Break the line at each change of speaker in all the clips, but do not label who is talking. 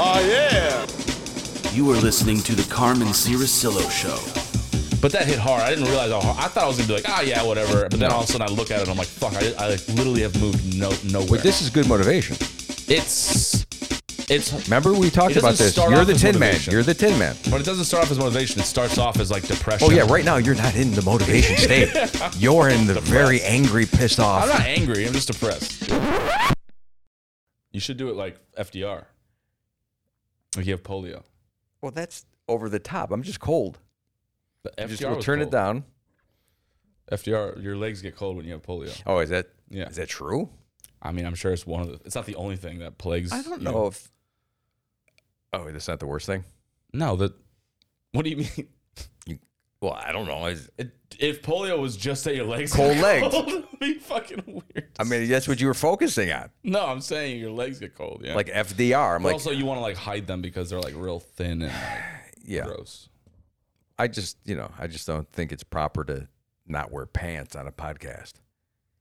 Oh, yeah.
You are listening to the Carmen Ciracillo Show.
But that hit hard. I didn't realize how hard. I thought I was gonna be like, ah, yeah, whatever. But then all of a sudden, I look at it and I'm like, fuck. I, I like, literally have moved no nowhere.
But this is good motivation.
it's it's.
Remember we
It
talked
doesn't
about this.
start
You're
off
the
as
Tin
motivation.
Man. You're the Tin Man.
But it doesn't start off as motivation. It starts off as like depression.
Oh yeah, right now you're not in the motivation state. You're in the very angry, pissed off.
I'm not angry. I'm just depressed. You should do it like FDR. Like you have polio.
Well, that's over the top. I'm just cold.
But
You just
FDR
we'll
was
turn it
cold.
down.
FDR, your legs get cold when you have polio.
Oh, is that is
Yeah.
that true?
I mean, I'm sure it's one of the. It's not the only thing that plagues.
I don't
you.
know if. Oh, that's not the worst thing.
No, that. What do you mean?
Well, I don't know. Is-
It, if polio was just that your legs
Cold
get
legs.
cold, it'd be fucking weird.
I mean, that's what you were focusing on,
no, I'm saying your legs get cold. Yeah,
like FDR. I'm
But
like,
also you want to like hide them because they're like real thin and like,
yeah.
gross.
I just, you know, I just don't think it's proper to not wear pants on a podcast.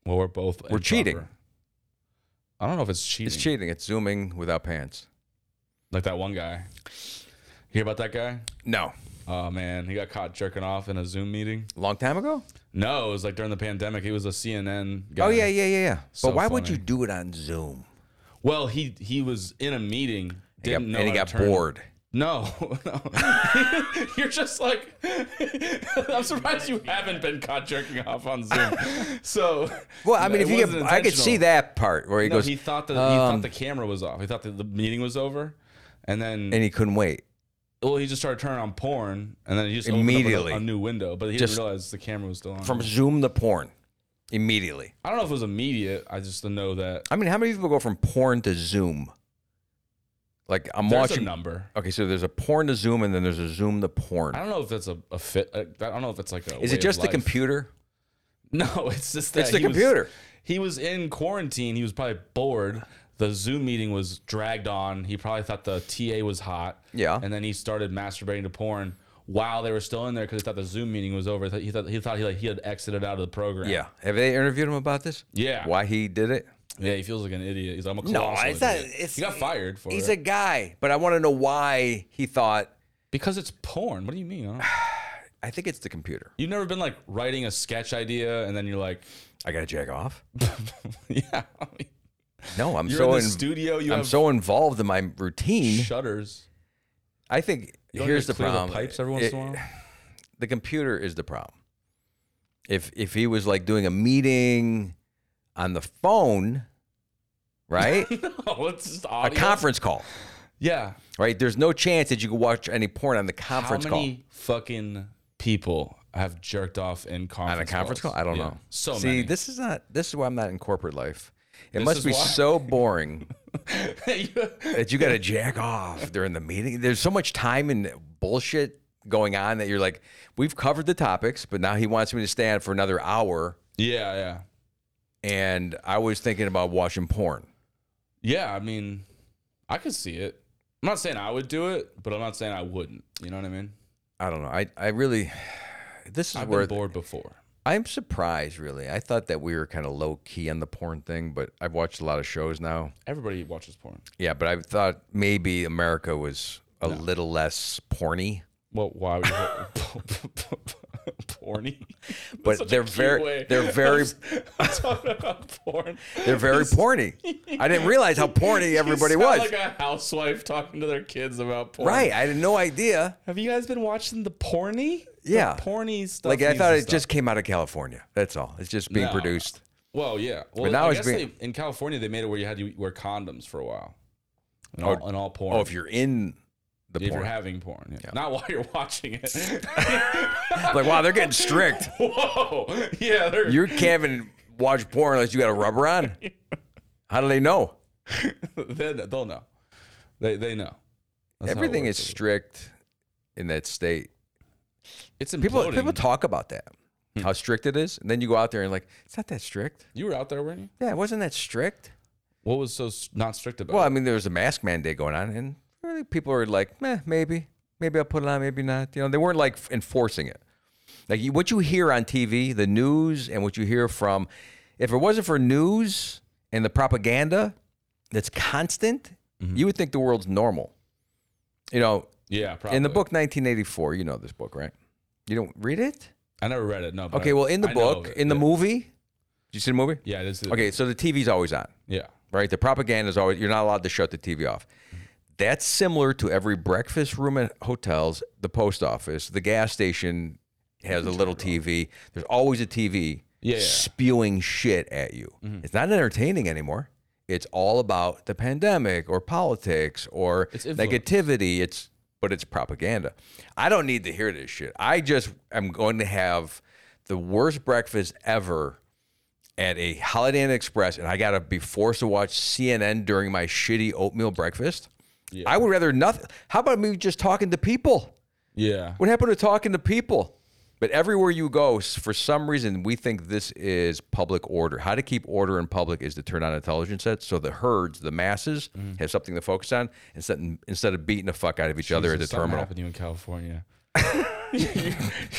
Well, we're both
We're cheating.
improper. I don't know if it's cheating.
It's cheating. It's zooming without pants.
Like that one guy. Hear about that guy?
No,
Oh man, he got caught jerking off in a Zoom meeting.
long time ago.
No, it was like during the pandemic. He was a CNN guy.
Oh yeah, yeah, yeah, yeah.
So
but why would you
funny.
do it on Zoom?
Well, he he was in a meeting.
He got-
Didn't know
and he
how
got
to turn-
bored.
No, no. You're just like I'm surprised you haven't been caught jerking off on Zoom. So
Well, I mean,
it
if you,
wasn't
get, I could see
intentional.
that part where he
No,
goes um,
he thought that he thought the camera was off. He thought that the meeting was over, and then
and he couldn't wait.
well, he just started turning on porn, and then he just opened up
Immediately.
a, a new window. But he
Just-
didn't realize the camera was still on.
From Zoom to porn, immediately.
I don't know if it was immediate. I just know that
I mean, how many people go from porn to Zoom? Like I'm
there's a
watching.
number.
Okay, so there's a porn to Zoom, and then there's a Zoom to porn.
I don't know if that's a, a fit. I don't know if it's like a.
Is
way
it
of
just the
life.
computer?
No, it's just that
It's the
he was-
computer.
he was in quarantine. He was probably bored. The Zoom meeting was dragged on. He probably thought the TA was hot.
Yeah.
And then he started masturbating to porn while they were still in there because he thought the Zoom meeting was over. He thought he thought he like he had exited out of the program.
Yeah. Have they interviewed him about this?
Yeah.
Why he did it?
Yeah. He feels like an idiot. He's like, I'm a colossal
it's not-
idiot."
it's-
he got fired for
He's
it
a guy, but I want to know why he thought.
because it's porn. What do you mean? huh?
I think it's the computer.
You've never been like writing a sketch idea and then you're like,
I gotta jack off.
yeah. I mean,
No, I'm
you're
so
in the
in-
studio. You
I'm
have
so involved in my routine.
shutters.
I think
You don't
here's
get
the
to clear
problem.
The pipes every once
It-
in a while.
The computer is the problem. If if he was like doing a meeting on the phone, right?
Oh, it's just
a
audio.
conference call,
Yeah.
right? There's no chance that you could watch any porn on the conference
How
call.
many fucking people have jerked off in conference
on a conference
calls?
call? I don't
Yeah.
know.
So
See,
many.
this is not. This is why I'm not in corporate life. It
This
must
is
be
why.
so boring
You-
that you got to jack off during the meeting. There's so much time and bullshit going on that you're like, we've covered the topics, but now he wants me to stay on for another hour.
yeah, yeah,
And I was thinking about watching porn.
yeah. I mean, I could see it. I'm not saying I would do it, but I'm not saying I wouldn't. You know what I mean?
I don't know. I, I really, this is
I've
where
been bored before.
I'm surprised, really. I thought that we were kind of low key on the porn thing, but I've watched a lot of shows now.
Everybody watches porn.
Yeah, but I thought maybe America was a little less porny.
Well, why would you porny? That's
But
such a
they're
cute
very-
way
they're very-
of- of talking about porn.
They're very porny. I didn't realize how porny everybody
You sound
was.
like a housewife talking to their kids about porn.
right. I had no idea.
Have you guys been watching the porny?
Yeah.
The porny stuff.
Like I
memes
thought
and
it
stuff.
just came out of California. That's all. It's just being
No.
produced.
Well, yeah. Well,
now
I
it's
guess
being-
they, in California they made it where you had to wear condoms for a while. And all, and all porn.
Oh, if you're in the
If
porn.
you're having porn, yeah. not while you're watching it.
like wow, they're getting strict.
Whoa. Yeah. They're,
You can't even watch porn unless you got a rubber on. How do they know?
they they'll know. They they know. That's how it
Everything is
works.
strict in that state.
It's
People
imploding.
people talk about that.
Hmm.
How strict it is, and then you go out there and like, it's not that strict.
you were out there, weren't you?
Yeah, it wasn't that strict.
What was so s- not strict about?
Well, I
it?
mean, there was a mask mandate going on, and really people were like, "Meh, maybe, maybe I'll put it on, maybe not." You know, they weren't like enforcing it. Like you- what you hear on TV, the news, and what you hear from, if it wasn't for
Mm-hmm.
news and the propaganda that's constant, you would think the world's normal. You know,
Yeah, probably.
in the book 1984, you know this book, right? You don't read it?
I never read it. No. but
Okay,
I-
well, in the
I know
book,
it,
in the
yeah.
movie, did you see the movie?
Yeah, this is.
Okay, so the TV's always on,
Yeah.
right? The propaganda is always, you're not allowed to shut the TV off. That's similar to every breakfast room at hotels, the post office, the gas station has a little TV. There's always a TV
Yeah. Mm-hmm.
spewing shit at you. It's not entertaining anymore. It's all about the pandemic or politics or
It's influence.
negativity. It's but it's propaganda. I don't need to hear this shit. I just am going to have the worst breakfast ever at a Holiday Inn Express, and I gotta be forced to watch CNN during my shitty oatmeal breakfast. I would rather nothing. How about me just talking to people?
Yeah.
What happened to talking to people? But everywhere you go, s- for some reason, we think this is public order. How to keep order in public is to turn on a television set so the herds, the masses,
Mm.
have something to focus on instead instead of beating the fuck out of each other at the
Jesus, something
terminal.
happened to you in California.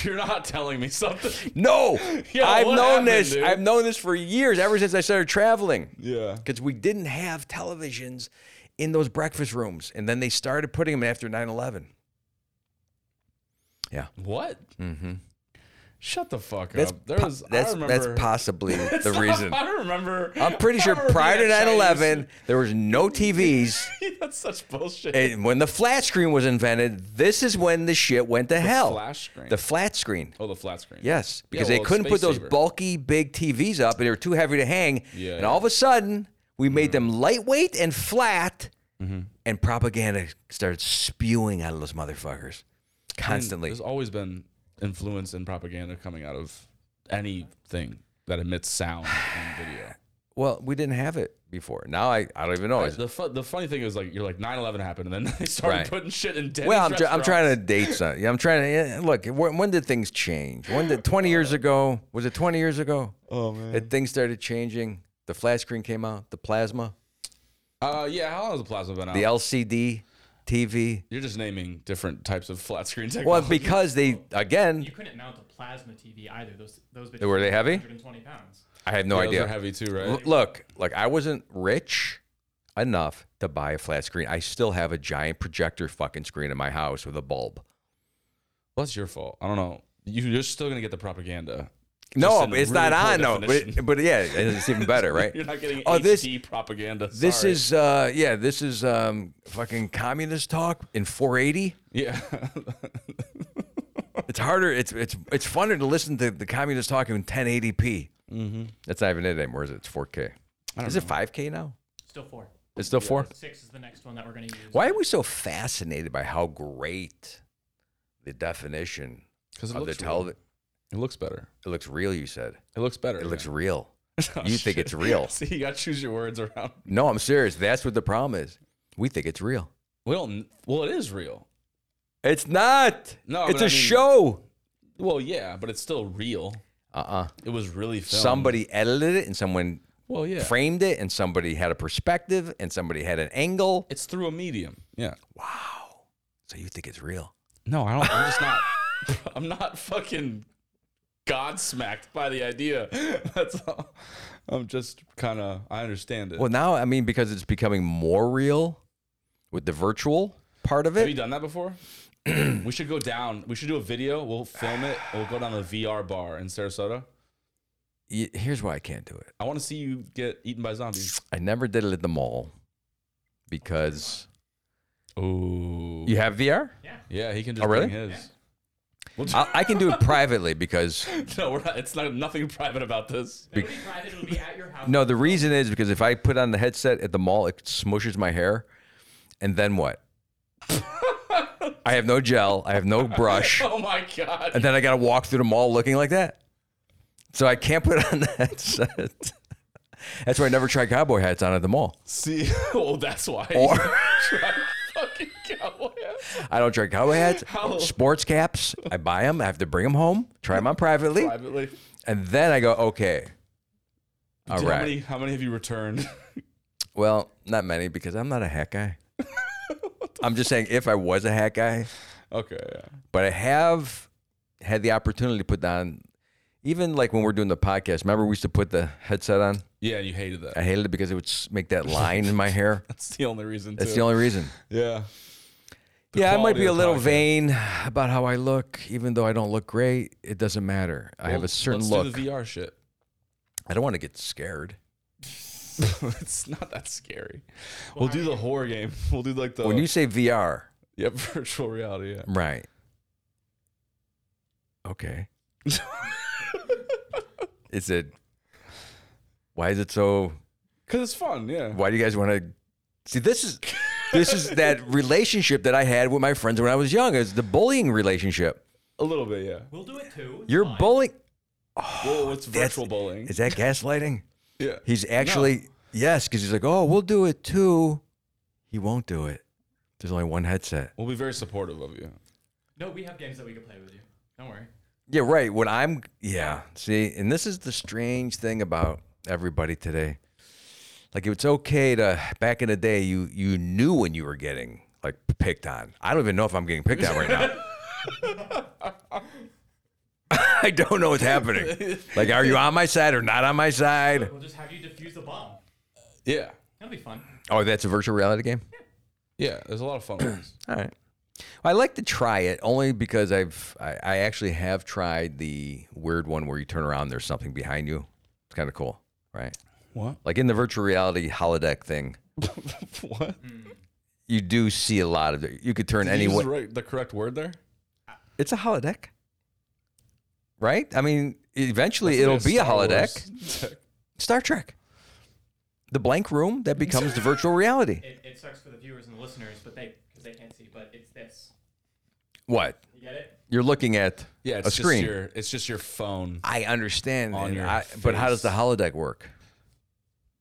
You're not telling me something.
No,
Yeah,
I've
what
known
happened,
this.
dude?
I've known this for years, ever since I started traveling.
Yeah.
because we didn't have televisions in those breakfast rooms, and then they started putting them after 9-11. Yeah,
What? Mm-hmm. Shut the fuck
that's
up. There
po-
was.
that's
I remember,
that's possibly the reason.
I remember.
I'm pretty
I
sure
remember
prior to
being at
9
Chinese.
11, there was no TVs.
that's such bullshit.
and when the flat screen was invented, this is when the shit went to hell.
flash screen?
The flat screen.
oh, the flat screen.
Yes.
Yeah,
Because
well,
they
it's
couldn't put
space
those
saver.
bulky, big TVs up and they were too heavy to hang.
Yeah,
and
yeah.
all of a sudden, we made them lightweight and flat, and propaganda started spewing out of those motherfuckers constantly.
There's always been influence and propaganda coming out of anything that emits sound and video.
Well, we didn't have it before. Now I, I don't even know. Is-
The, fu- the funny thing is, like, you're like 9 11 happened, and then they started
Right.
putting shit in Denny's
Well, I'm, try I'm trying to date something. I'm trying to yeah, look. When, when did things change? When did 20 years ago? Was it 20 years ago
Oh, man.
that things started changing? The flat screen came out, the plasma,
Uh, yeah, how long has the plasma been out?
the LCD TV.
you're just naming different types of flat screen
Well,
technology.
because they again,
You couldn't mount a plasma TV either. Those those bitches
Were they heavy?
120 pounds.
I have no
Those
idea.
are heavy too, right?
L- look, like I wasn't rich enough to buy a flat screen. I still have a giant projector fucking screen in my house with a bulb.
Well, it's your fault. I don't know. You- You're still gonna get the propaganda.
No,
in
it's
really
not
poor
on though. But,
definition.
but yeah, it's even better, right?
You're not getting
Oh,
HD
this-
propaganda.
This
Sorry.
is uh yeah, this is um fucking communist talk in 480.
yeah.
It's harder. It's it's it's funner to listen to the communist talk in 1080p. Mm-hmm. That's not even it anymore, is it? It's 4K. Is it 5K now?
Still four.
It's still four.
Six is the next one that we're going to use.
Why are we so fascinated by how great the definition
'Cause it
of Oh, the
looks real.
television?
it looks better.
It looks real. You said
It looks better.
it looks
yeah.
real.
Oh,
you think
shit.
it's real.
See, you gotta choose your words around.
No, I'm serious. That's what the problem is. We think it's real.
We don't. Well, it is real.
It's not.
No,
it's
but
a
I mean-
show.
Well, yeah, but it's still real.
uh uh
It was really filmed.
Somebody edited it, and someone
Well, yeah.
framed it and somebody had a perspective and somebody had an angle.
It's through a medium. Yeah.
Wow. So you think it's real?
No, I don't. I'm just not. I'm not fucking godsmacked by the idea. That's all. I'm just kind of. I understand it.
Well, now, I mean, because it's becoming more real with the virtual part of
Have you
it.
done that before? we should go down. We should do a video. We'll film it. We'll go down to the VR bar in Sarasota.
Y- Here's why I can't do it
I want to see you get eaten by zombies.
I never did it at the mall because
Oh.
you have VR?
Yeah, he can just
Oh, really?
bring his. We'll do-
I, I can do it privately because,
no, we're not, it's not nothing private about this.
It'll be private. It'll be at your house.
no, the reason is because if I put on the headset at the mall, it smushes my hair. And then what? I have no gel, I have no brush.
Oh my god.
and then I got to walk through the mall looking like that. So I can't put on that set. That's why I never try cowboy hats on at the mall.
See, well, that's why.
Or
Try fucking cowboy hats.
I don't try cowboy hats.
How-
Sports caps, I buy them. I have to bring them home, try them on privately,
privately.
and then I go, okay. All
Dude,
right.
How many? How many have you returned?
Well, not many because I'm not a hat guy. I'm just saying if I was a hat guy,
okay. Yeah.
but I have had the opportunity to put on, even like when we're doing the podcast. Remember, we used to put the headset on.
Yeah, you hated
I
that.
hated it because it would s- make that line in my hair.
That's the only reason.
That's
too.
the only reason.
Yeah. the
yeah, I might
quality
be a
of the
little
podcast.
vain about how I look, even though I don't look great. It doesn't matter. I have
Well,
a certain
let's
look.
Do the VR shit.
I don't want to get scared.
it's not that scary. We'll, do the horror game. We'll do like the
When you say VR,
yeah virtual reality. Yeah.
right? Okay. Is it? Why is it so?
Cause it's fun. Yeah.
Why do you guys want to see? This is this is that relationship that I had with my friends when I was young. Is the bullying relationship?
A little bit. Yeah.
We'll do it too. It's
You're
fine.
bullying.
Whoa, it's
that's-
virtual bowling.
Is that gaslighting?
yeah.
He's actually yes, because he's like, oh, we'll do it too. He won't do it. There's only one headset.
We'll be very supportive of you.
No, we have games that we can play with you. Don't worry.
Yeah, right. When I'm yeah, see, and this is the strange thing about everybody today. Like it's okay to back in the day, you you knew when you were getting like picked on. I don't even know if I'm getting picked on right now. I don't know what's happening. Like, are you on my side or not on my side?
We'll just have you defuse the bomb.
Yeah.
That'll be fun.
Oh, that's a virtual reality game.
Yeah. There's a lot of fun ones.
All right. I like to try it only because I've I, I actually have tried the weird one where you turn around and there's something behind you. It's kind of cool, right?
What?
Like in the virtual reality holodeck thing,
what?
you do see a lot of it. You could turn
Did
any
you use
way.
the, right, the correct word there?
It's a holodeck, right? I mean, eventually
Like
it'll be a
Star Wars
holodeck.
deck.
Star Trek. The blank room that becomes the virtual reality.
It, it sucks for the viewers and the listeners, but they because they can't see. But it's this.
What
You get it?
you're looking at?
Yeah,
a
it's just
screen.
your it's just your phone.
I understand,
On
and
your
I- but how does the
face.
holodeck work?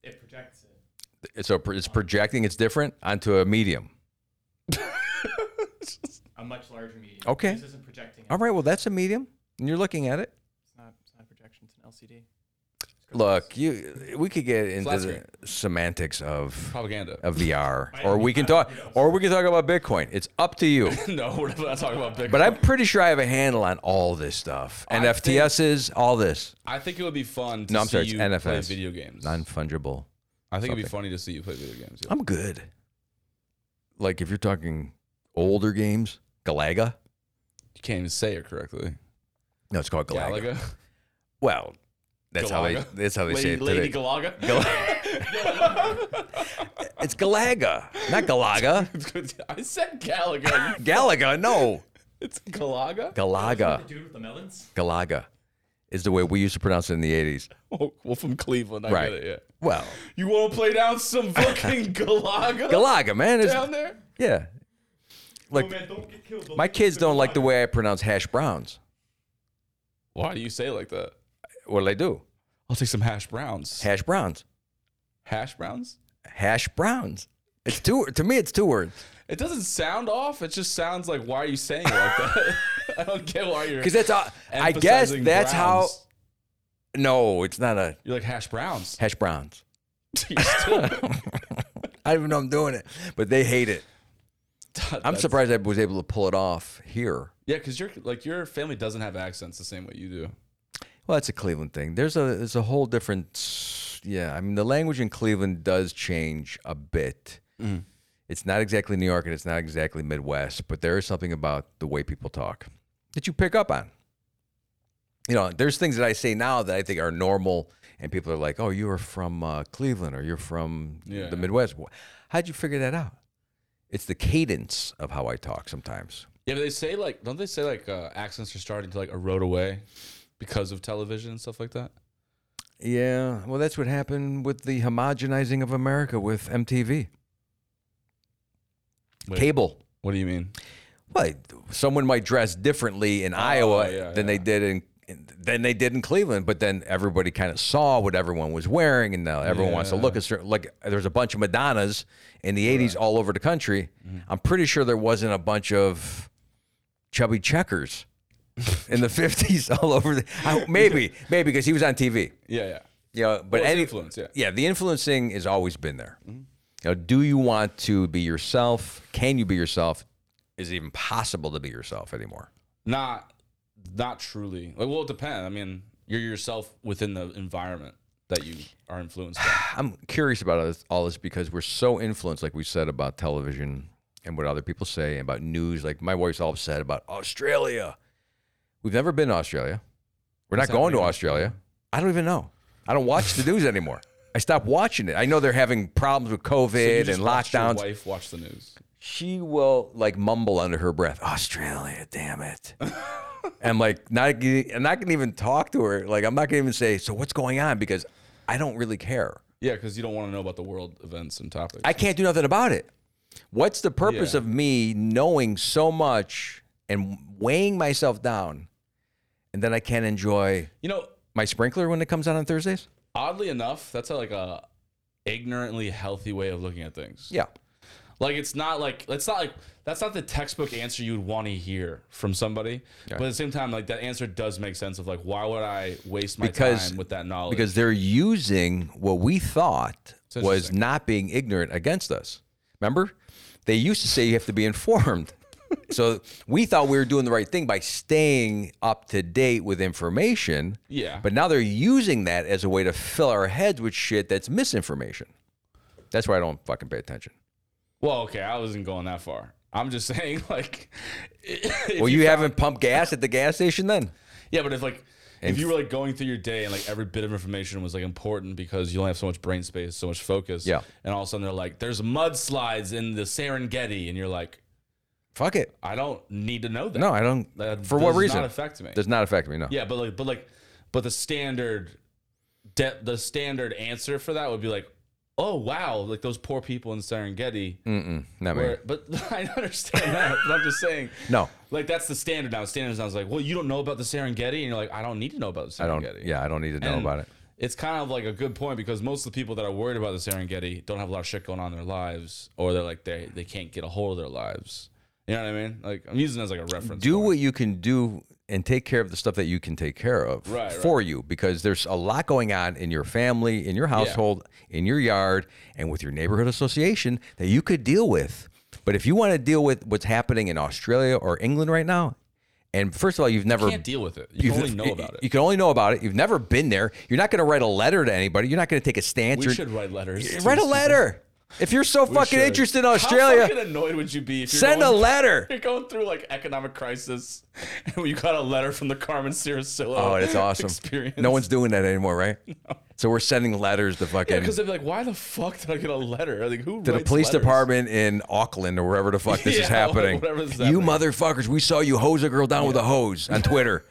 It projects it.
So pr- it's projecting. It's different onto a medium.
A much larger medium.
Okay.
This isn't projecting. It.
All right, well, that's a medium, and you're looking at it.
It's not. It's not projection. It's an LCD.
Look, you, we could get into
Flat
the
screen.
semantics of
Propaganda.
of VR,
Might
or
be
we can
five
talk,
videos.
or we can talk about Bitcoin. It's up to you.
no, we're not talking about Bitcoin.
But I'm pretty sure I have a handle on all this stuff,
I
NFTs, all this
I think it would be fun to
No, I'm
see
sorry, it's
you play
NFS.
video games.
non fungible.
I think it'd be
something.
funny to see you play video games. yeah.
I'm good. Like if you're talking older games, Galaga.
You can't even say it correctly.
No, it's called Galaga.
Galaga.
Well, that's how they
Galaga.
that's how they say
Lady, Lady
it today.
Galaga.
it's Galaga, not Galaga.
I said Galaga.
Galaga, no.
it's Galaga.
Galaga.
The dude with the melons.
Galaga is the way we used to pronounce it in the 80s.
Oh, well, from Cleveland. I
Right.
get it. Yeah.
Well,
You want to play down some fucking Galaga,
Galaga, man. It's,
down there?
yeah.
oh
Like,
man, don't get killed.
my kids don't like the way I pronounce hash browns.
Why do you say it like that?
What do they do?
I'll take some hash browns.
Hash browns.
hash browns?
Hash browns. It's two. To me, it's two words
It doesn't sound off. It just sounds like why are you saying it like that? I don't get why you're.
because that's. all- uh, I guess
emphasizing
that's how.
browns.
No, it's not a
You're like hash browns.
hash browns.
You're still-
I don't even know I'm doing it, but they hate it. I'm
That's-
surprised I was able to pull it off here.
Yeah, because your like your family doesn't have accents the same way you do.
Well, that's a Cleveland thing. There's a there's a whole different. Yeah, I mean the language in Cleveland does change a bit. It's not exactly New York and it's not exactly Midwest, but there is something about the way people talk that you pick up on. You know, there's things that I say now that I think are normal, and people are like, "Oh, you are from uh, Cleveland, or you're from
Yeah.
the Midwest." Wh- How'd you figure that out? It's the cadence of how I talk sometimes.
Yeah, but they say like don't they say like uh, accents are starting to like erode away because of television and stuff like that?
Yeah, well, that's what happened with the homogenizing of America with MTV.
Wait.
Cable.
What do you mean?
Well, someone might dress differently in Iowa
Oh, yeah,
than they
yeah.
did in than they did in Cleveland, but then everybody kind of saw what everyone was wearing, and now everyone wants to look a certain. Like there's a bunch of Madonnas in the '80s all over the country.
Mm-hmm.
I'm pretty sure there wasn't a bunch of chubby checkers in the '50s all over. The, I- maybe, maybe because he was on TV.
Yeah, yeah.
You know,
Well,
but
it's
any
influence, yeah.
yeah, the influencing has always been there. You know, do you want to be yourself? Can you be yourself? Is it even possible to be yourself anymore?
Not not truly. Like well, it depends. I mean, you're yourself within the environment that you are influenced by.
I'm curious about all this, all this because we're so influenced, like we said about television and what other people say and about news. Like my wife's all upset about Australia. We've never been to Australia. We're not going to Australia. I don't even know. I don't watch the news anymore. I stopped watching it. I know they're having problems with COVID and lockdowns.
Your wife watch the news.
She will like mumble under her breath, Australia, damn it. and like not I'm not gonna even talk to her. Like I'm not gonna even say, so what's going on? Because I don't really care.
Yeah, because you don't want to know about the world events and topics.
I can't do nothing about it. What's the purpose
Yeah.
of me knowing so much and weighing myself down, and then I can't enjoy
you know,
my sprinkler when it comes out on Thursdays?
oddly enough, that's a, like a ignorantly healthy way of looking at things.
Yeah,
Like it's not like that's not like that's not the textbook answer you would want to hear from somebody. But at the same time, like that answer does make sense of like why would I waste my
Because-
time with that knowledge?
because they're using what we thought
It's
was
interesting.
not being ignorant against us. Remember, they used to say you have to be informed. so we thought we were doing the right thing by staying up to date with information.
yeah,
But now they're using that as a way to fill our heads with shit that's misinformation. That's why I don't fucking pay attention.
well, okay, I wasn't going that far. I'm just saying like, if
well, you, haven't pumped gas at the gas station then?
Yeah, but if like
And-
if you were like going through your day and like every bit of information was like important because you only have so much brain space, so much focus.
Yeah.
And all of a sudden they're like, there's mudslides in the Serengeti, and you're like,
Fuck it.
I don't need to know that.
No, I don't.
That
for what
does
reason?
Not affect me.
Does not affect me. No.
yeah, but like, but like, but the standard, de- the standard answer for that would be like, oh wow, like those poor people in Serengeti.
Mm-mm, not me.
Where, but I understand that. but I'm just saying.
No.
Like that's the standard now. Standard sounds like, well, you don't know about the Serengeti, and you're like, I don't need to know about the Serengeti.
I don't. Yeah, I don't need to know
And
about it.
It's kind of like a good point because most of the people that are worried about the Serengeti don't have a lot of shit going on in their lives, or they're like they they can't get a hold of their lives. You know what I mean? Like I'm using it as like a reference.
Do
point.
what you can do and take care of the stuff that you can take care of
Right, right.
for you because there's a lot going on in your family, in your household, in your yard, and with your neighborhood association that you could deal with. But if you want to deal with what's happening in Australia or England right now, and first of all, you've never
you can't deal with it. You can only know about
You
it.
can only know about it. You've never been there. You're not going to write a letter to anybody. You're not going to take a stance.
We
You're-
should write letters. to
write a
these
letter. If you're so
people. We
fucking
should.
interested in
How
Australia,
fucking annoyed would you be if you're
send a
going,
letter.
You're going through like economic crisis, and you got a letter from the Carmen Ciricillo.
Oh, that's awesome.
Experience.
No one's doing that anymore, right? So we're sending letters to fucking
because they'd be like, "Why the fuck did I get a letter? Like, who
to the
writes
police
letters?
department in Auckland or wherever the fuck this
Yeah,
is happening.
whatever this is
You
happening.
motherfuckers, we saw you hose a girl down with a hose on Twitter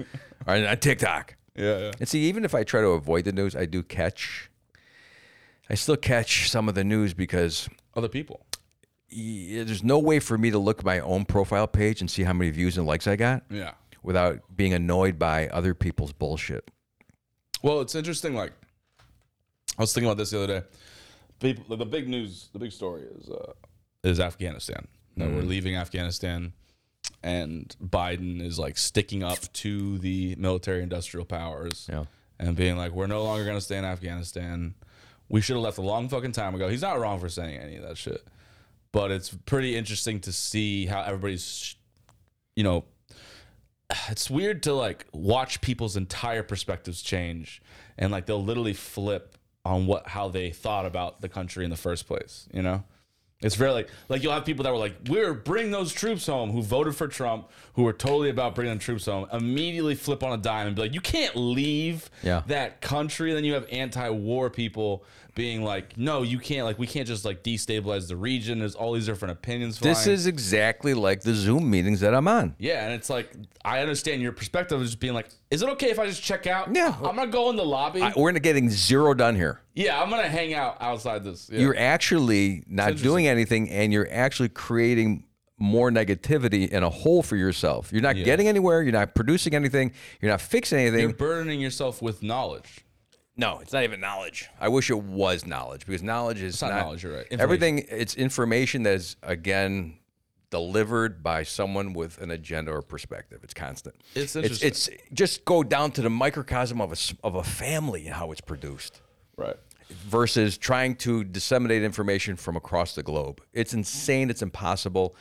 or on TikTok.
Yeah, yeah.
And see, even if I try to avoid the news, I do catch. I still catch some of the news because
Other people.
y- there's no way for me to look at my own profile page and see how many views and likes I got
Yeah.
without being annoyed by other people's bullshit.
Well, it's interesting. Like, I was thinking about this the other day. People, the- the big news, the big story is uh, is Afghanistan. That we're leaving Afghanistan, and Biden is like sticking up to the military-industrial powers,
Yeah.
and being like, "We're no longer going to stay in Afghanistan. We should have left a long fucking time ago." He's not wrong for saying any of that shit, but it's pretty interesting to see how everybody's, you know, it's weird to like watch people's entire perspectives change and like they'll literally flip on what how they thought about the country in the first place you know it's very like like you'll have people that were like we're bring those troops home who voted for trump who were totally about bringing the troops home immediately flip on a dime and be like you can't leave
Yeah.
that country then you have anti-war people being like no you can't like we can't just like destabilize the region there's all these different opinions
This
flying.
is exactly like the Zoom meetings that I'm on.
Yeah, and it's like I understand your perspective of just being like, is it okay if I just check out?
Yeah.
I'm gonna go in the lobby.
I, we're getting zero done here.
yeah, I'm gonna hang out outside this. Yeah.
You're actually not doing anything, and you're actually creating more negativity and a hole for yourself. You're not getting anywhere. You're not producing anything. You're not fixing anything.
You're burdening yourself with knowledge.
no, it's not even knowledge. I wish it was knowledge because knowledge is
not knowledge, you're right.
Everything it's information that is again delivered by someone with an agenda or perspective. It's constant.
It's
it's,
interesting.
it's just go down to the microcosm of a s- of a family and how it's produced.
Right.
versus trying to disseminate information from across the globe. It's insane. It's impossible.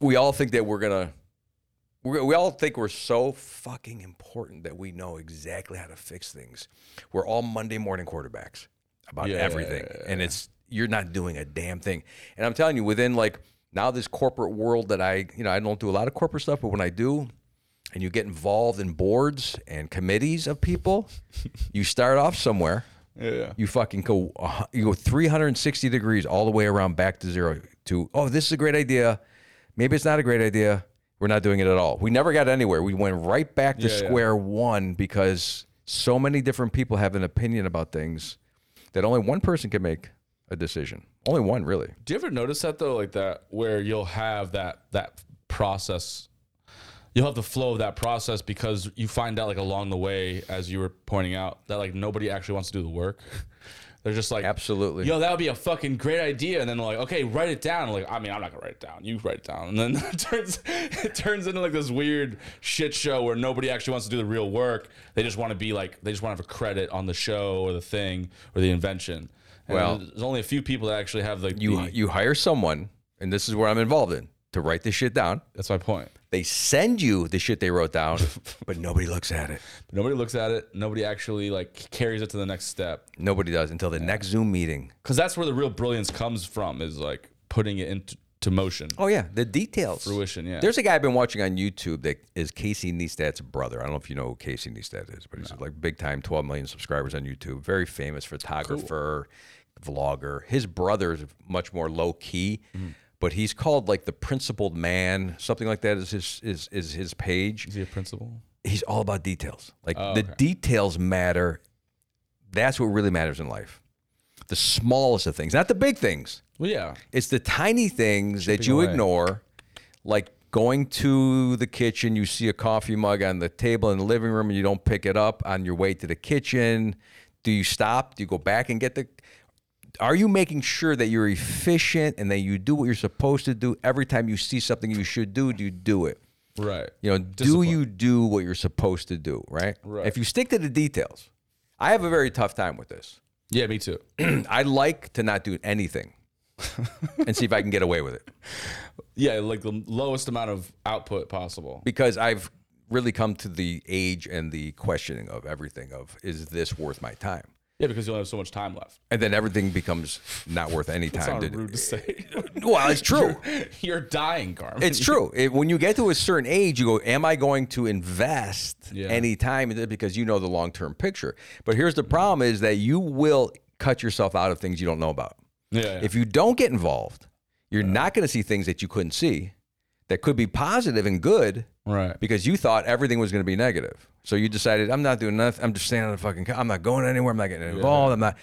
We all think that we're gonna. We we all think we're so fucking important that we know exactly how to fix things. We're all Monday morning quarterbacks about
Yeah, yeah,
everything, and it's you're not doing a damn thing. And I'm telling you, within like now this corporate world that I, you know, I don't do a lot of corporate stuff, but when I do, and you get involved in boards and committees of people, you start off somewhere.
Yeah.
You fucking go, uh, you go 360 degrees all the way around back to zero to, oh, this is a great idea. Maybe it's not a great idea. We're not doing it at all. We never got anywhere. We went right back to
Yeah, yeah.
square one because so many different people have an opinion about things that only one person can make a decision. Only one, really.
Do you ever notice that though, like that, where you'll have that that process, you'll have the flow of that process because you find out like along the way, as you were pointing out, that like nobody actually wants to do the work. They're just like,
Absolutely.
yo, that would be a fucking great idea, and then they're like, okay, write it down. Like, I mean, I'm not gonna write it down. You write it down, and then it turns it turns into like this weird shit show where nobody actually wants to do the real work. They just want to be like, they just want to have a credit on the show or the thing or the invention. And
Well-
there's only a few people that actually have like
you
the-
you hire someone, and this is what I'm involved in to write this shit down.
That's my point.
They send you the shit they wrote down, but nobody looks at it.
But nobody looks at it. Nobody actually like carries it to the next step
Nobody does until the next Zoom meeting.
because that's where the real brilliance comes from. Is like putting it into to motion,
Oh yeah, the details.
fruition. Yeah,
There's a guy I've been watching on YouTube that is Casey Neistat's brother. I don't know if you know who Casey Neistat is, but he's like big time, 12 million subscribers on YouTube. Very famous photographer, vlogger. His brother is much more low key,
Mm-hmm.
but he's called like the principled man, something like that. Is his is is his page?
is he Oh, a principal?
he's all about details. Like the details matter. That's what really matters in life. The smallest of things, not the big things.
Well, yeah.
It's the tiny things that you
away.
ignore, like going to the kitchen, you see a coffee mug on the table in the living room and you don't pick it up on your way to the kitchen. Do you stop? Do you go back and get the are you making sure that you're efficient and that you do what you're supposed to do every time you see something you should do? Do you do it?
Right.
You know,
Discipline.
do you do what you're supposed to do, right?
Right.
If you stick to the details, I have a very tough time with this.
Yeah, me too.
I like to not do anything and see if I can get away with it
Yeah, like the lowest amount of output possible.
because I've really come to the age and the questioning of everything of is this worth my time?
Yeah, because you only have so much time left.
And then everything becomes not worth any
It's
time.
not
to,
rude to say.
well, it's true.
You're dying, Carmen.
It's true. It, when you get to a certain age, you go, "Am I going to invest
Yeah.
any time?" in it?" Because you know the long term picture. But here's the problem: is that you will cut yourself out of things you don't know about.
yeah. yeah.
If you don't get involved, you're not going to see things that you couldn't see that could be positive and good
right.
because you thought everything was going to be negative. So you decided, I'm not doing nothing. I'm just staying on the fucking. co- I'm not going anywhere. I'm not getting involved. I'm not.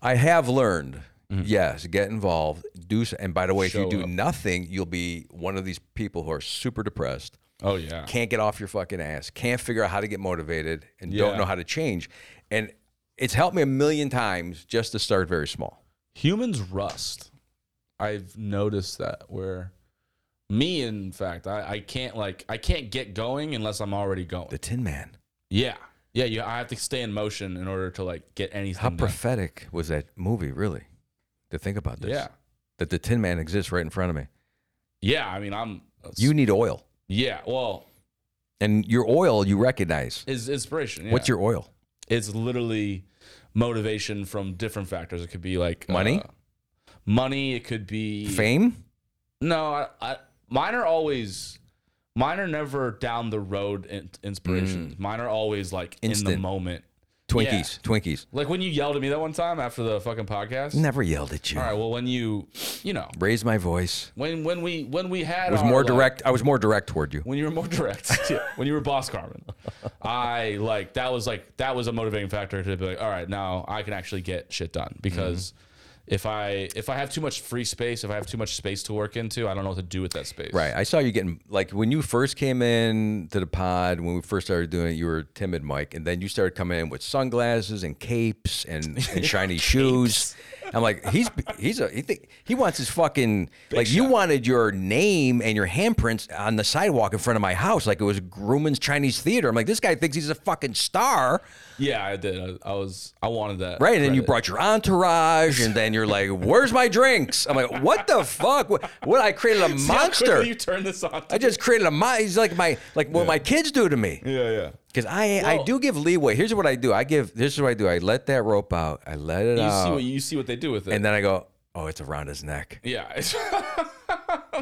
I have learned. Yes, get involved. Do so. And by the way, if
Mm-hmm. Show
you do
up.
nothing, you'll be one of these people who are super depressed,
Oh yeah.
can't get off your fucking ass, can't figure out how to get motivated, and don't
Yeah.
know how to change. And it's helped me a million times just to start very small.
humans rust i've noticed that where me in fact I, I can't like i can't get going unless i'm already going
The Tin Man.
yeah yeah you, i have to stay in motion in order to like get anything
How
done.
prophetic was that movie, really? To think about this.
yeah
That the Tin Man exists right in front of me.
yeah i mean i'm
You need oil.
yeah well
And your oil, you recognize.
is inspiration yeah.
What's your oil?
it's literally motivation from different factors it could be like
Money?
uh, money it could be
Fame?
No, I, I mine are always mine are never down the road in, inspirations. Mine are always like in
Mm. Instant.
the moment.
Twinkies. Twinkies.
Like when you yelled at me that one time after the fucking podcast.
Never yelled at you.
All right. Well, when you you know
Raised my voice.
when when we when we had
I was
our,
more
like-
direct. I was more direct toward you.
when you were more direct yeah, when you were boss Carmen. I like that was like that was a motivating factor to be like all right now I can actually get shit done because.
Mm-hmm.
If I if I have too much free space, if I have too much space to work into, I don't know what to do with that space.
Right. I saw you getting like when you first came in to the pod, when we first started doing it, you were timid, Mike, and then you started coming in with sunglasses and capes and, and shiny shoes. I'm like, he's he's a he, think, he wants his fucking like you wanted your name and your handprints on the sidewalk in front of my house, like it was Grumman's Chinese Theater. I'm like, this guy thinks he's a fucking star,
Yeah, I did. I, I was. I wanted that.
right? And then you
credit.
brought your entourage, and then you're like, where's my drinks? I'm like, what the fuck? What, what I created a
How
monster.
quickly You turned this on.
I just created a my. He's like my like what my kids do to me.
yeah, yeah.
Because I I
Well-
do give leeway. Here's what I do. I give. This is what I do. I let that rope out. I let it
You see
out,
what you see what they do with it.
and then I go. Oh, it's around his neck.
yeah, it's,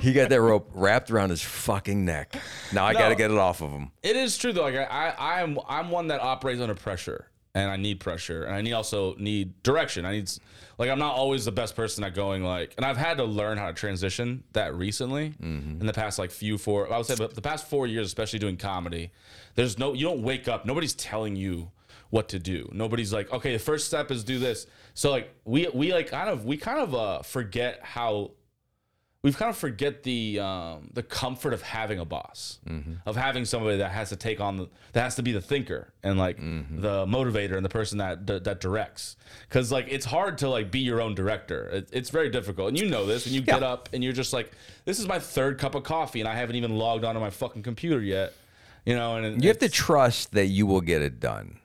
He got that rope wrapped around his fucking neck. Now I got to
No.
get it off of him.
It is true though. Like I, I, I'm, I'm one that operates under pressure, and I need pressure, and I need also need direction. I need, s- like, I'm not always the best person at going like, and I've had to learn how to transition that recently in the past like few four. I would say but the past four years, especially doing comedy, there's no, you don't wake up. Nobody's telling you what to do. Nobody's like, okay, the first step is do this. So like, we, we like kind of, we kind of uh, forget how we've kind of forget the um, the comfort of having a boss,
Mm-hmm.
of having somebody that has to take on the, that has to be the thinker and like
Mm-hmm.
the motivator and the person that that, that directs. Because like it's hard to like be your own director. It, it's very difficult, and you know this. When you get up and you're just like, this is my third cup of coffee, and I haven't even logged onto my fucking computer yet. You know, and it,
You have to trust that you will get it done.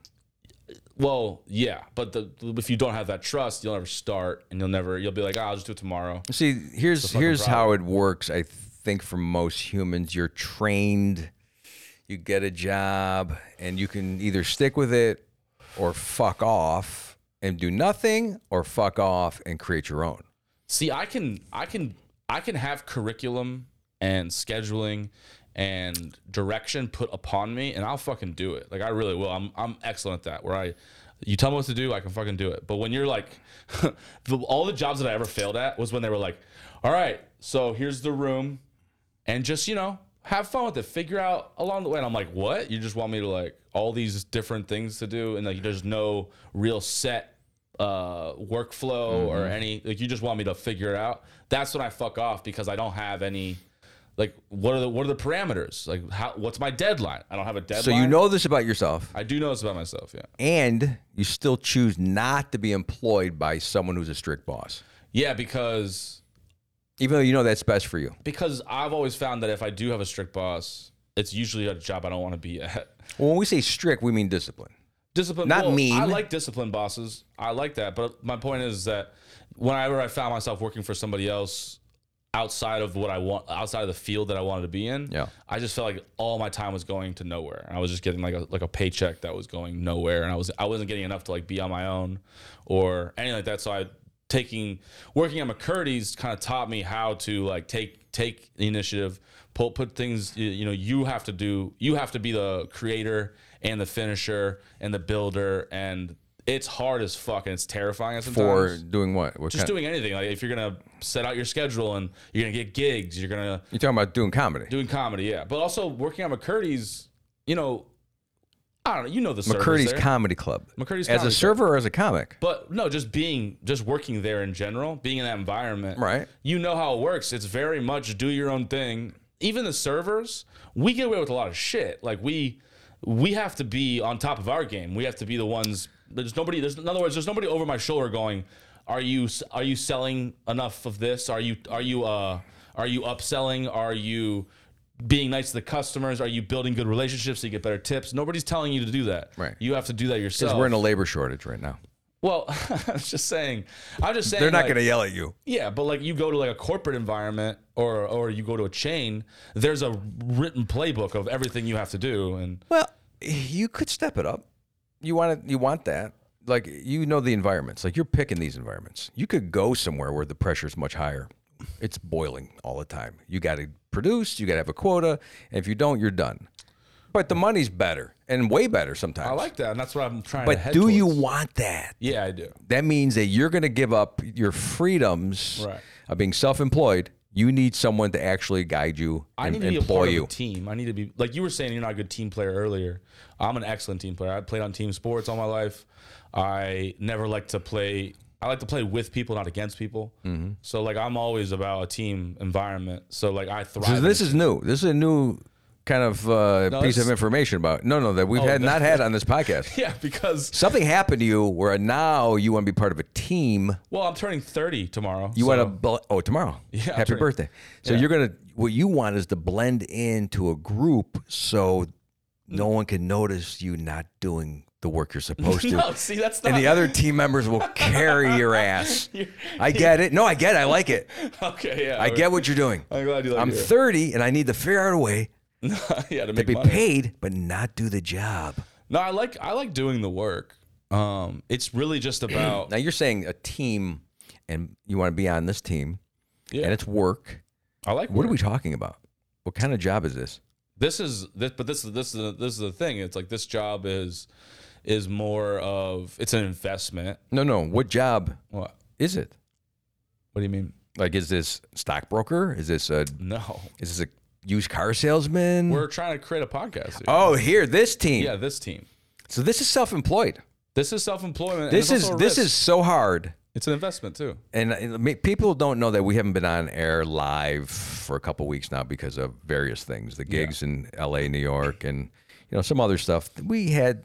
well, yeah, but the, if you don't have that trust, you'll never start, and you'll never you'll be like, oh, I'll just do it tomorrow.
See, here's here's how it works. I think for most humans, you're trained. You get a job, and you can either stick with it, or fuck off and do nothing, or fuck off and create your own.
See, I can, I can, I can have curriculum and scheduling and direction put upon me, and I'll fucking do it. Like I really will. I'm, I'm excellent at that. Where I, you tell me what to do, I can fucking do it. But when you're like, the, all the jobs that I ever failed at was when they were like, all right, so here's the room, and just you know have fun with it. Figure out along the way. And I'm like, what? You just want me to like all these different things to do, and like there's no real set uh
Mm-hmm.
workflow or any like you just want me to figure it out that's when i fuck off because i don't have any like what are the what are the parameters like how what's my deadline i don't have a deadline
So you know this about yourself,
i do know this about myself yeah
and you still choose not to be employed by someone who's a strict boss,
yeah because
even though you know that's best for you.
because i've always found that if i do have a strict boss it's usually a job i don't want to be at
Well, when we say strict, we mean discipline.
discipline.
Not mean.
I like discipline bosses. I like that. But my point is that whenever I found myself working for somebody else outside of what I want, outside of the field that I wanted to be in,
Yeah.
I just felt like all my time was going to nowhere. I was just getting like a like a paycheck that was going nowhere, and I was I wasn't getting enough to like be on my own or anything like that. So I taking working at McCurdy's kind of taught me how to like take take the initiative, pull put things you, you know you have to do you have to be the creator and the finisher and the builder and it's hard as fuck and it's terrifying at
For
sometimes.
doing what? What
just
kind-
doing anything like if you're gonna set out your schedule and you're gonna get gigs, you're gonna
you're talking about doing comedy.
Doing comedy, yeah. But also working at McCurdy's, you know, I don't know. You know the service
McCurdy's
there.
Comedy Club.
McCurdy's
as
Comedy
a
Club.
server or as a comic.
But no, just being, just working there in general, being in that environment,
Right.
You know how it works. It's very much do your own thing. Even the servers, we get away with a lot of shit. Like we, we have to be on top of our game. We have to be the ones. There's nobody. There's in other words, there's nobody over my shoulder going, "Are you are you selling enough of this? Are you are you uh are you upselling? Are you being nice to the customers? Are you building good relationships so you get better tips? Nobody's telling you to do that.
Right.
You have to do that yourself.
Because we're in a labor shortage right now.
Well, I'm just saying. I'm just saying.
They're not
like,
going to yell at you.
Yeah, but like you go to like a corporate environment or or you go to a chain. There's a written playbook of everything you have to do, and
Well, you could step it up. You want it, You want that. Like you know the environments. Like you're picking these environments. You could go somewhere where the pressure is much higher. It's boiling all the time. You got to produce. You got to have a quota. And if you don't, you're done. But the money's better and way better sometimes.
I like that, and that's what I'm trying. to
But
head
do you
towards.
want that?
Yeah, I do.
That means that you're going to give up your freedoms
Right.
of being self-employed. You need someone to actually guide you
I
and
need to be a
employ
part
you.
of a team. I need to be like you were saying. You're not a good team player earlier. I'm an excellent team player. I played on team sports all my life. I never like to play. I like to play with people, not against people.
Mm-hmm.
So like I'm always about a team environment. So like I thrive.
So
in
this is new. This is a new kind of uh, piece
it's- Oh,
of information about. No, no, that we've had not had on this podcast.
Yeah, because
Something happened to you where now you want to be part of a team.
well, I'm turning 30 tomorrow.
You
so-
want to bl- oh tomorrow.
Yeah, that's
Happy
right.
birthday. So you're gonna what you want is to blend into a group so no
Mm.
one can notice you not doing the work you're supposed to.
No, see, that's not.
And the other team members will carry your ass. I get it. No, I get it. I like it.
okay, yeah.
I get what you're doing.
I'm glad you like
I'm
it.
30 and I need to figure out a way
yeah, to make
be
money.
paid but not do the job.
No, I like I like doing the work. Um, it's really just about
Now you're saying a team, and you want to be on this team,
Yeah.
and it's work,
I like.
What are
work.
we talking about? What kind of job is this?
this is this but this is this is the, this is the thing it's like this job is is more of it's an investment
No, no. What job
what
is it?
what do you mean
Like, is this stockbroker? Is this a
no
is this a used car salesman?
we're trying to create a podcast here.
oh, here this team.
yeah this team
So this is self-employed.
this is self-employment and
This
it's
is
also a
this
risk.
is so hard.
it's an investment too
And uh, ma- people don't know that we haven't been on air live for a couple weeks now because of various things, the gigs in L.A., New York, and you know some other stuff. We had,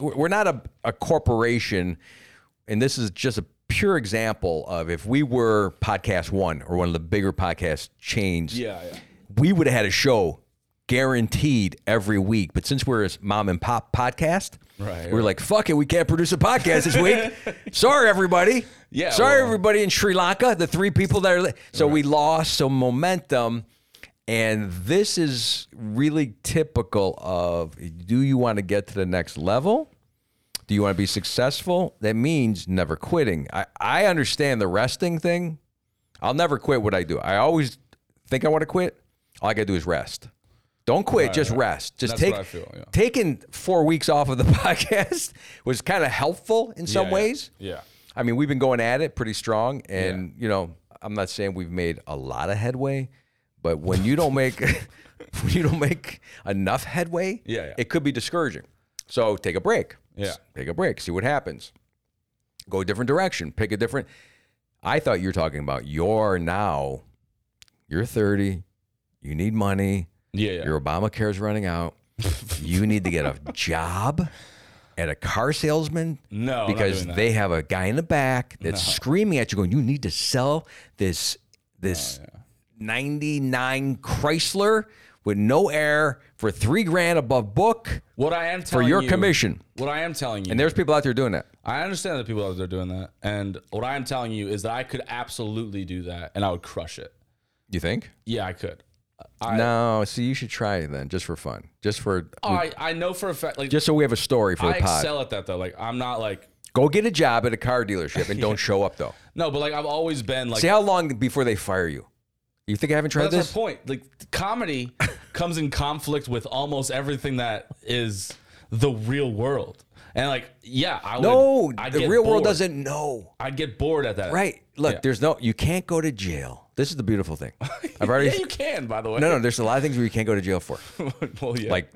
we're we're not a, a corporation, and this is just a pure example of if we were Podcast One or one of the bigger podcast chains,
yeah yeah
we would have had a show guaranteed every week. But since we're a mom and pop podcast,
Right,
we're
right.
like, fuck it, we can't produce a podcast this week. Sorry, everybody.
Yeah,
Sorry,
well-
everybody in Sri Lanka, the three people that are. Li- so we lost some momentum. And this is really typical of do you want to get to the next level? Do you want to be successful? That means never quitting. I, I understand the resting thing. I'll never quit what I do. I always think I want to quit. All I gotta do is rest. Don't quit, just rest. Just
That's
take
what I feel, yeah.
taking four weeks off of the podcast was kind of helpful in some
Yeah, yeah.
ways.
yeah
I mean, we've been going at it pretty strong, and you know, I'm not saying we've made a lot of headway, but when you don't make when you don't make enough headway,
Yeah, yeah.
it could be discouraging. So take a break.
Yeah.
take a break. See what happens. Go a different direction. Pick a different. I thought you were talking about you're now, you're 30, you need money,
yeah yeah
your Obamacare is running out, you need to get a job at a car salesman
no I'm not
because
doing that.
they have a guy in the back that's screaming at you, going, "You need to sell this
Oh,
this '99 Chrysler with no air for three grand above book
what I am
for
telling
your
you-
commission."
what I am telling you
And there's people out there doing that.
I understand that people out there doing that and what I am telling you is that I could absolutely do that and I would crush it
You think?
yeah I could
no. See, you should try it then, just for fun, just for
I I know for a fact like
Mm. just so we have a story for
I
the pod.
excel at that though like I'm not like
Go get a job at a car dealership and don't show up though.
No, but like I've always been like
See how long before they fire you. You think I haven't tried
that's
this?
our point. Like comedy comes in conflict with almost everything that is the real world. And like, yeah, I would
No,
I'd
the
get
real world
bored.
doesn't know.
I'd get bored at that.
Right. Look,
Yeah.
there's no you can't go to jail. This is the beautiful thing. I've already
yeah, you can, by the way.
No, no, there's a lot of things where you can't go to jail for.
well, yeah.
Like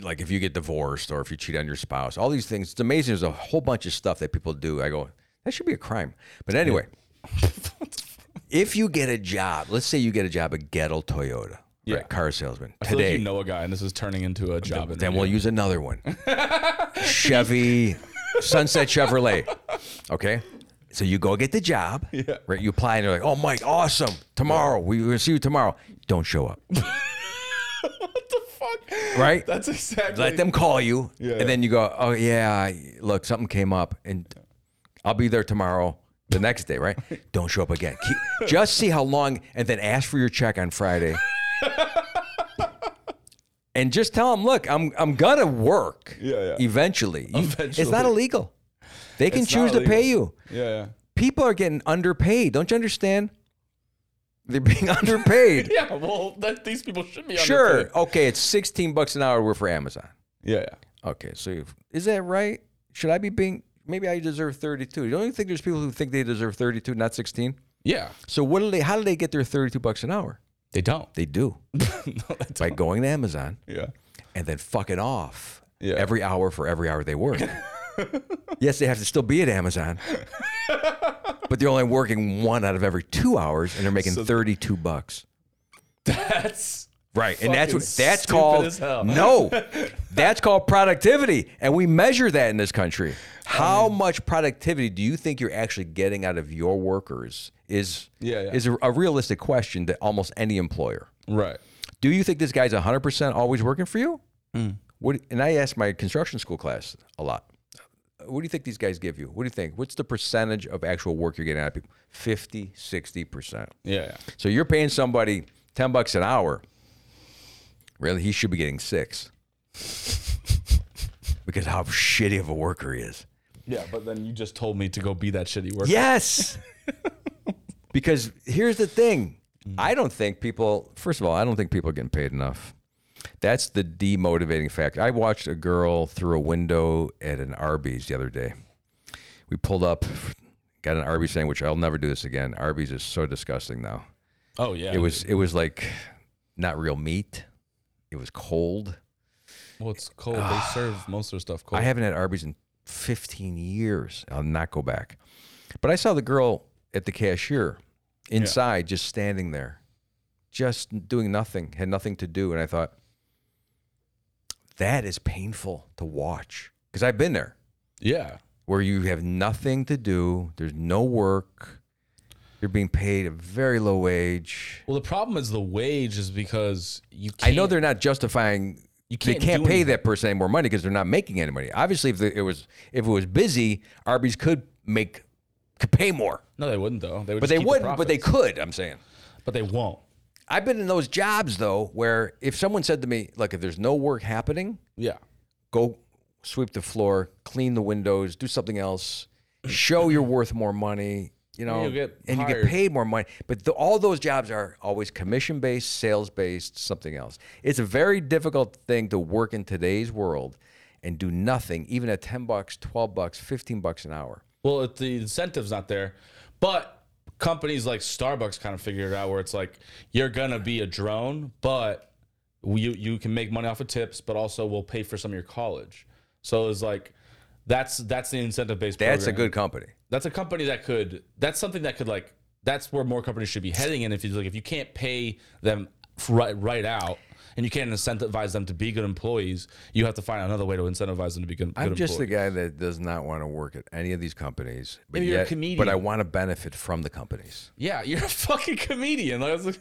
like if you get divorced or if you cheat on your spouse. All these things. It's amazing there's a whole bunch of stuff that people do. I go, that should be a crime. But anyway, if you get a job, let's say you get a job at Gettle Toyota.
Yeah.
Right, car salesman.
I feel like
Today.
you know a guy, and this is turning into a job.
Then
interview.
we'll use another one. Chevy Sunset Chevrolet. Okay. So you go get the job, right? You apply and they're like, "Oh, Mike, awesome! Tomorrow, we will see you tomorrow." Don't show up,
what the fuck?
right?
That's exactly.
Let them call you,
Yeah.
and then you go, "Oh yeah, I- look, something came up, and I'll be there tomorrow." The next day, right? Don't show up again. Keep, just see how long, and then ask for your check on Friday. and just tell them, look, I'm I'm gonna work.
Yeah, yeah.
Eventually, You- it's not
Eventually.
illegal. They can
It's
choose
not
to pay you.
illegal. Yeah, yeah.
People are getting underpaid. Don't you understand? They're being underpaid.
Yeah, well, that, these people should be
Sure.
underpaid.
Okay, it's 16 bucks an hour. We're for Amazon.
Yeah, yeah.
Okay, so if- is that right? Should I be being? Maybe I deserve 32. Don't you think there's people who think they deserve 32, not 16?
Yeah.
So what do they? How do they get their 32 bucks an hour?
They don't.
They do
No, they
by going to Amazon
don't. Yeah.
and then fucking off
Yeah.
every hour for every hour they work. yes, they have to still be at Amazon, but they're only working one out of every two hours, and they're making 32 bucks.
That's.
Right, and that's what
Fucking
that's
stupid as hell.
called. No, that's called productivity, and we measure that in this country. How much productivity do you think you're actually getting out of your workers? Is
Yeah, yeah.
is a, a realistic question to almost any employer.
Right.
Do you think this guy's 100 percent always working for you?
Hmm.
What? And I ask my construction school class a lot. What do you think these guys give you? What do you think? What's the percentage of actual work you're getting out of people? 50, 60 percent.
Yeah, yeah.
So you're paying somebody ten bucks an hour. Really, he should be getting six. because how shitty of a worker he is.
Yeah, but then you just told me to go be that shitty worker.
Yes. because here's the thing. I don't think people. First of all, I don't think people are getting paid enough. That's the demotivating factor. I watched a girl through a window at an Arby's the other day. We pulled up, got an Arby's sandwich. I'll never do this again. Arby's is so disgusting now.
Oh yeah,
It was it was like not real meat. It was cold.
Well, it's cold. they serve most of their stuff cold.
I haven't had Arby's in 15 years. I'll not go back. But I saw the girl at the cashier inside just standing there, just doing nothing, had nothing to do. And I thought, that is painful to watch because I've been there
yeah,
where you have nothing to do, there's no work, you're being paid a very low wage.
Well, the problem is the wage is because you.
I
Can't,
know they're not justifying.
You
they
can't
can't
do
pay
anything.
that person any more money because they're not making any money. Obviously, if the, it was if it was busy, Arby's could make could pay more,
No, they wouldn't though. They would. just
but they
keep the
wouldn't. But they
profits.
could. I'm saying.
But they won't.
I've been in those jobs though, where if someone said to me, "Look, if there's no work happening,
Yeah.
go sweep the floor, clean the windows, do something else, show you're worth more money." You know,
you'll get
and you get
hired.
paid more money. But the, all those jobs are always commission based, sales based, something else. It's a very difficult thing to work in today's world and do nothing, even at 10 bucks, 12 bucks, 15 bucks an hour.
Well, if the incentive's not there, but companies like Starbucks kind of figured it out where it's like you're gonna be a drone, but you you can make money off of tips, but also we'll pay for some of your college. So it's like that's that's the incentive based.
That's a good company.
that's a company that could that's something that could like that's where more companies should be heading in if you like if you can't pay them f- right right out and you can't incentivize them to be good employees you have to find another way to incentivize them to be good, good
I'm just the
employees.
guy that does not want to work at any of these companies. But
Maybe you're a
yet- But
comedian.
I want to benefit from the companies.
yeah you're a fucking comedian Like, that's-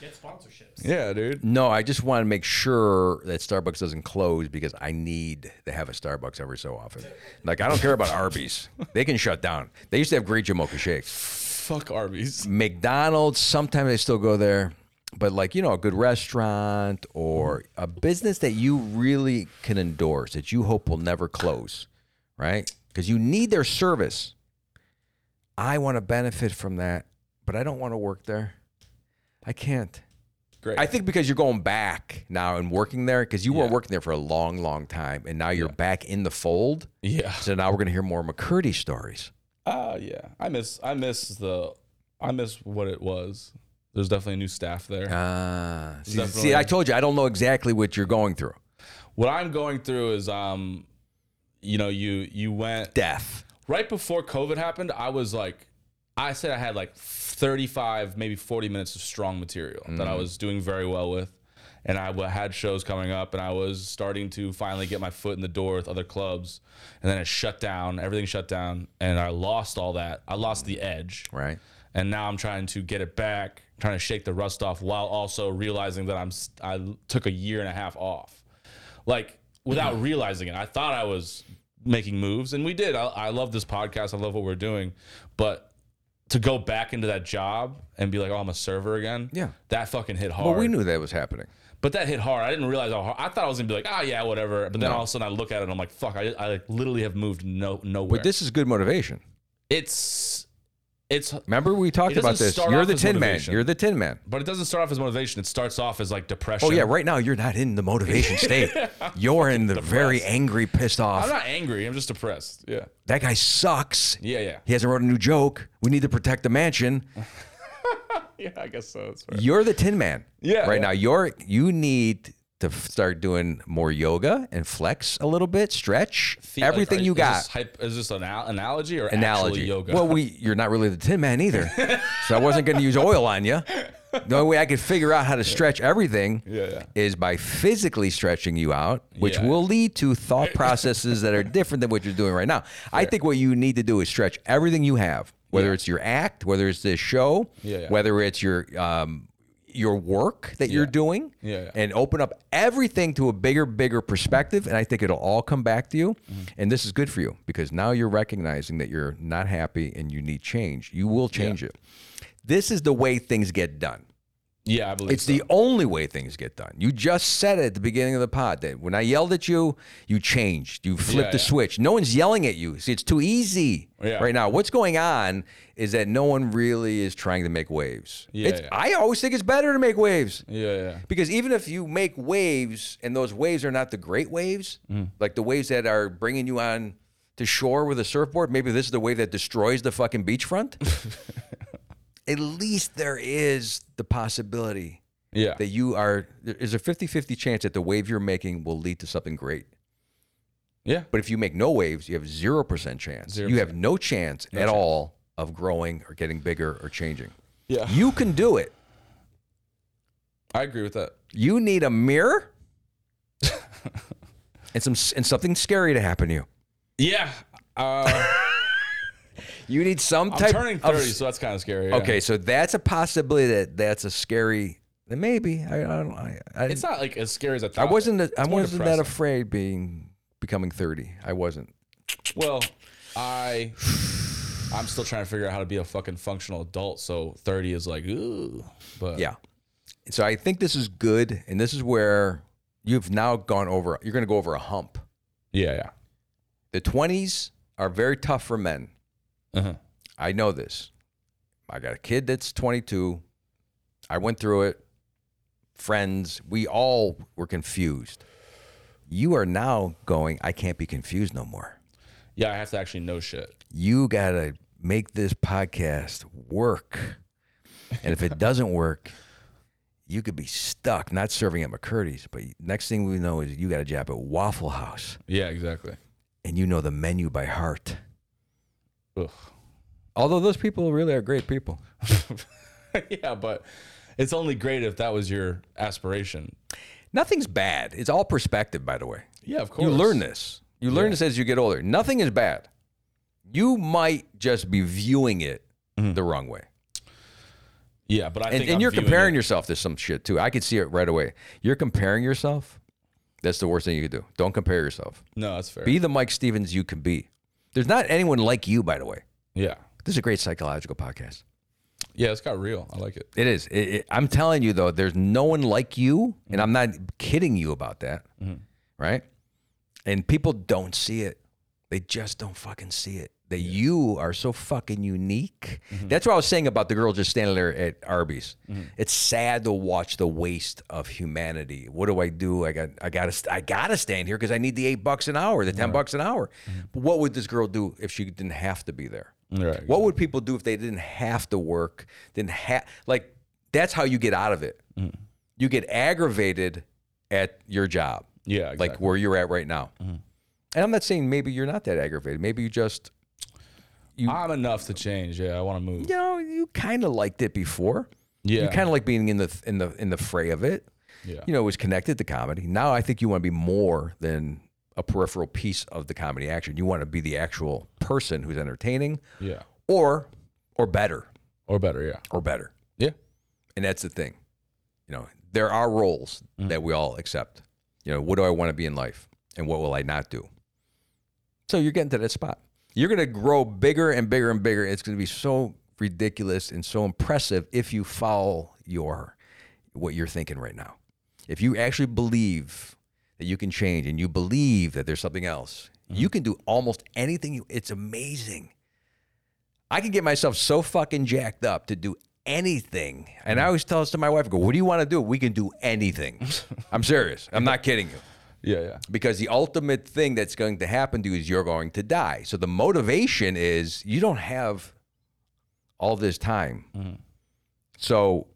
Get sponsorships.
yeah dude
No, I just want to make sure that Starbucks doesn't close because I need to have a Starbucks every so often. Like I don't care about Arby's; they can shut down. They used to have great Jamocha shakes.
fuck arby's
McDonald's, sometimes they still go there, but like you know, a good restaurant or a business that you really can endorse that you hope will never close, right? Because you need their service. I want to benefit from that, but I don't want to work there. I can't.
great
I think because you're going back now and working there because you weren't working there for a long, long time, and now you're back in the fold.
yeah
So now we're gonna hear more McCurdy stories.
ah yeah i miss i miss the i miss what it was there's definitely new staff there
Ah, see,
Definitely.
see, I told you I don't know exactly what you're going through.
what i'm going through is um you know you you went
Death.
right before COVID happened, I was like, I said I had like 35, maybe 40 minutes of strong material that I was doing very well with. And I w- had shows coming up and I was starting to finally get my foot in the door with other clubs. And then it shut down, everything shut down. And I lost all that. I lost the edge.
Right.
And now I'm trying to get it back, trying to shake the rust off while also realizing that I'm s- I l- took a year and a half off. Like without
Mm-hmm.
realizing it. I thought I was making moves and we did. I, I love this podcast. I love what we're doing. But to go back into that job and be like, "Oh, I'm a server again."
Yeah.
That fucking hit hard.
Well, we knew that was happening.
But that hit hard. I didn't realize how hard. I thought I was gonna be like, ah, yeah, whatever. But then all of a sudden, I look at it and I'm like, fuck. I, I like literally have moved no nowhere.
But this is good motivation.
it's it's
Remember we talked
It doesn't
about this.
start
You're
off
the
as
Tin
motivation.
Man. You're the Tin Man.
But it doesn't start off as motivation. It starts off as like depression.
Oh yeah, right now you're not in the motivation state. You're in the very angry, pissed off.
I'm not angry. I'm just depressed. Yeah.
that guy sucks.
Yeah, Uh-huh. yeah.
He hasn't wrote a new joke. We need to protect the mansion.
Yeah, I guess so. That's fair.
You're the Tin Man.
Yeah,
Right
yeah.
now, you're you need to f- start doing more yoga and flex a little bit, stretch
Feel-
everything
like, are-
you
is
got.
This hype, is this an al- analogy or
Analogy.
actually yoga?
Well, we you're not really the Tin Man either, so I wasn't going to use oil on you. The only way I could figure out how to stretch everything
Yeah, yeah.
is by physically stretching you out, which
Yeah.
will lead to thought processes that are different than what you're doing right now. I think what you need to do is stretch everything you have, whether it's your act, whether it's this show,
Yeah, yeah.
whether it's your um, your work that you're doing,
Yeah, yeah.
and open up everything to a bigger, bigger perspective. And I think it'll all come back to you.
Mm-hmm.
And this is good for you because now you're recognizing that you're not happy and you need change. You will change it. This is the way things get done.
Yeah, I believe
It's the only way things get done. You just said it at the beginning of the pod that when I yelled at you, you changed. You flipped
Yeah,
the
yeah.
switch. No one's yelling at you. See, it's too easy
Yeah.
right now. What's going on is that no one really is trying to make waves.
Yeah,
It's-
yeah.
I always think it's better to make waves.
Yeah, yeah.
Because even if you make waves and those waves are not the great waves, like the waves that are bringing you on to shore with a surfboard, maybe this is the wave that destroys the fucking beachfront. At least there is the possibility
Yeah.
that you are, there is a 50 50 chance that the wave you're making will lead to something great.
yeah.
But if you make no waves, you have 0% chance.
Zero
You have no chance at all of growing or getting bigger or changing.
Yeah.
You can do it.
I agree with that.
You need a mirror and some and something scary to happen to you.
Yeah. Uh,
You need some
I'm
type
turning 30,
of
so that's kind of scary. yeah.
Okay, so that's a possibility that that's a scary that maybe I, I don't I I,
It's not like as scary as I
I
thought.
wasn't a, I
more
wasn't that
depressing.
afraid being becoming 30. I wasn't.
Well, I I'm still trying to figure out how to be a fucking functional adult. So 30 is like, ooh. But
Yeah. So I think this is good and this is where you've now gone over you're going to go over a hump.
yeah,
The 20s are very tough for men.
yeah. Uh-huh.
I know this. I got a kid that's 22. I went through it. Friends, we all were confused. You are now going, I can't be confused no more.
Yeah, I have to actually know shit.
You got to make this podcast work. And if it doesn't work, you could be stuck not serving at McCurdy's. But next thing we know is you got a job at Waffle House
Yeah, exactly.
and you know the menu by heart.
Ugh.
Although those people really are great people.
yeah, but it's only great if that was your aspiration.
Nothing's bad. It's all perspective, by the way.
Yeah, of course.
You learn this. You learn this as you get older. Nothing is bad. You might just be viewing it the wrong way.
Yeah, but Mm-hmm. I
And,
think
and
I'm
you're
viewing
comparing
it-
yourself to some shit too. I could see it right away. You're comparing yourself. That's the worst thing you could do. Don't compare yourself.
No, that's fair.
Be the Mike Stevens you can be. There's not anyone like you, by the way.
yeah,
This is a great psychological podcast.
yeah, it's got real. I like it.
It is. It, it- I'm telling you though, there's no one like you, and I'm not kidding you about that, right? And people don't see it. They just don't fucking see it. That you are so fucking unique. That's what I was saying about the girl just standing there at Arby's. It's sad to watch the waste of humanity. What do I do? I got, I gotta, st- I gotta stand here because I need the eight bucks an hour, the ten bucks an hour. But what would this girl do if she didn't have to be there?
Right.
What would people do if they didn't have to work? Didn't have like that's how you get out of it.
Mm.
You get aggravated at your job,
Yeah, exactly. Mm-hmm.
like where you're at right now. And I'm not saying maybe you're not that aggravated. Maybe you just
I'm enough to change. Yeah, I want to move.
you know you kind of liked it before.
Yeah,
You kind of like being in the in the in the fray of it.
Yeah.
You know, it was connected to comedy. Now I think you want to be more than a peripheral piece of the comedy action. You want to be the actual person who's entertaining,
yeah,
or or better,
or better. Yeah,
or better.
yeah,
And that's the thing. You know, there are roles that we all accept. You know, what do I want to be in life and what will I not do? So you're getting to that spot. You're going to grow bigger and bigger and bigger. It's going to be so ridiculous and so impressive if you follow your what you're thinking right now. If you actually believe that you can change and you believe that there's something else, you can do almost anything you it's amazing. I can get myself so fucking jacked up to do anything. And I always tell this to my wife, I go, what do you want to do? We can do anything. I'm serious. I'm not kidding you.
yeah, yeah.
Because the ultimate thing that's going to happen to you is you're going to die. So the motivation is you don't have all this time. So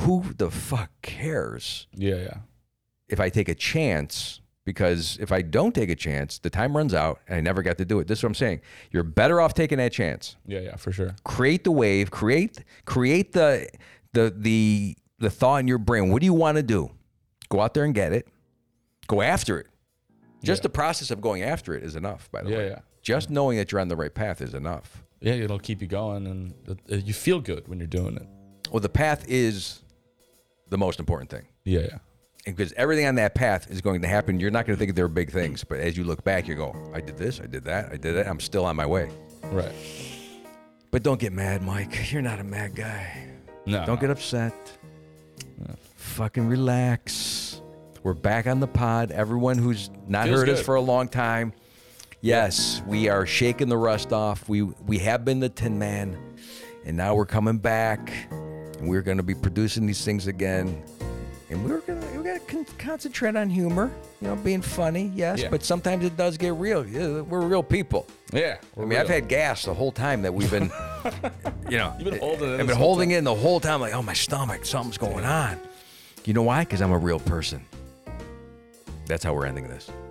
who the fuck cares
Yeah, yeah.
if I take a chance? Because if I don't take a chance, the time runs out and I never got to do it. This is what I'm saying. You're better off taking that chance
Yeah, yeah, for sure.
create the wave, create create the the the the thought in your brain. What do you want to do? Go out there and get it. Go after it.
Yeah.
Just the process of going after it is enough, by the
Yeah,
way.
yeah.
Just knowing that you're on the right path is enough.
Yeah, it'll keep you going, and it- it- you feel good when you're doing it.
Well, the path is the most important thing.
Yeah, yeah,
Because everything on that path is going to happen. You're not going to think they're big things, but as you look back, you go, I did this, I did that, I did that. I'm still on my way.
right.
But don't get mad, Mike. You're not a mad guy.
No,
Don't get upset. fucking relax. We're back on the pod. Everyone who's not
Feels
heard us
good.
for a long time, yes, we are shaking the rust off. We we have been the Tin Man, and now we're coming back, and we're going to be producing these things again. And we're gonna we gotta con- concentrate on humor, you know, being funny, yes,
Yeah.
but sometimes it does get real. Yeah, We're real people.
Yeah.
I mean, I've had gas the whole time that we've been, you know,
You've been holding it
I've
in
been
this
holding in the whole time. Like, oh, my stomach, something's going on. You know why? Because I'm a real person. That's how we're ending this.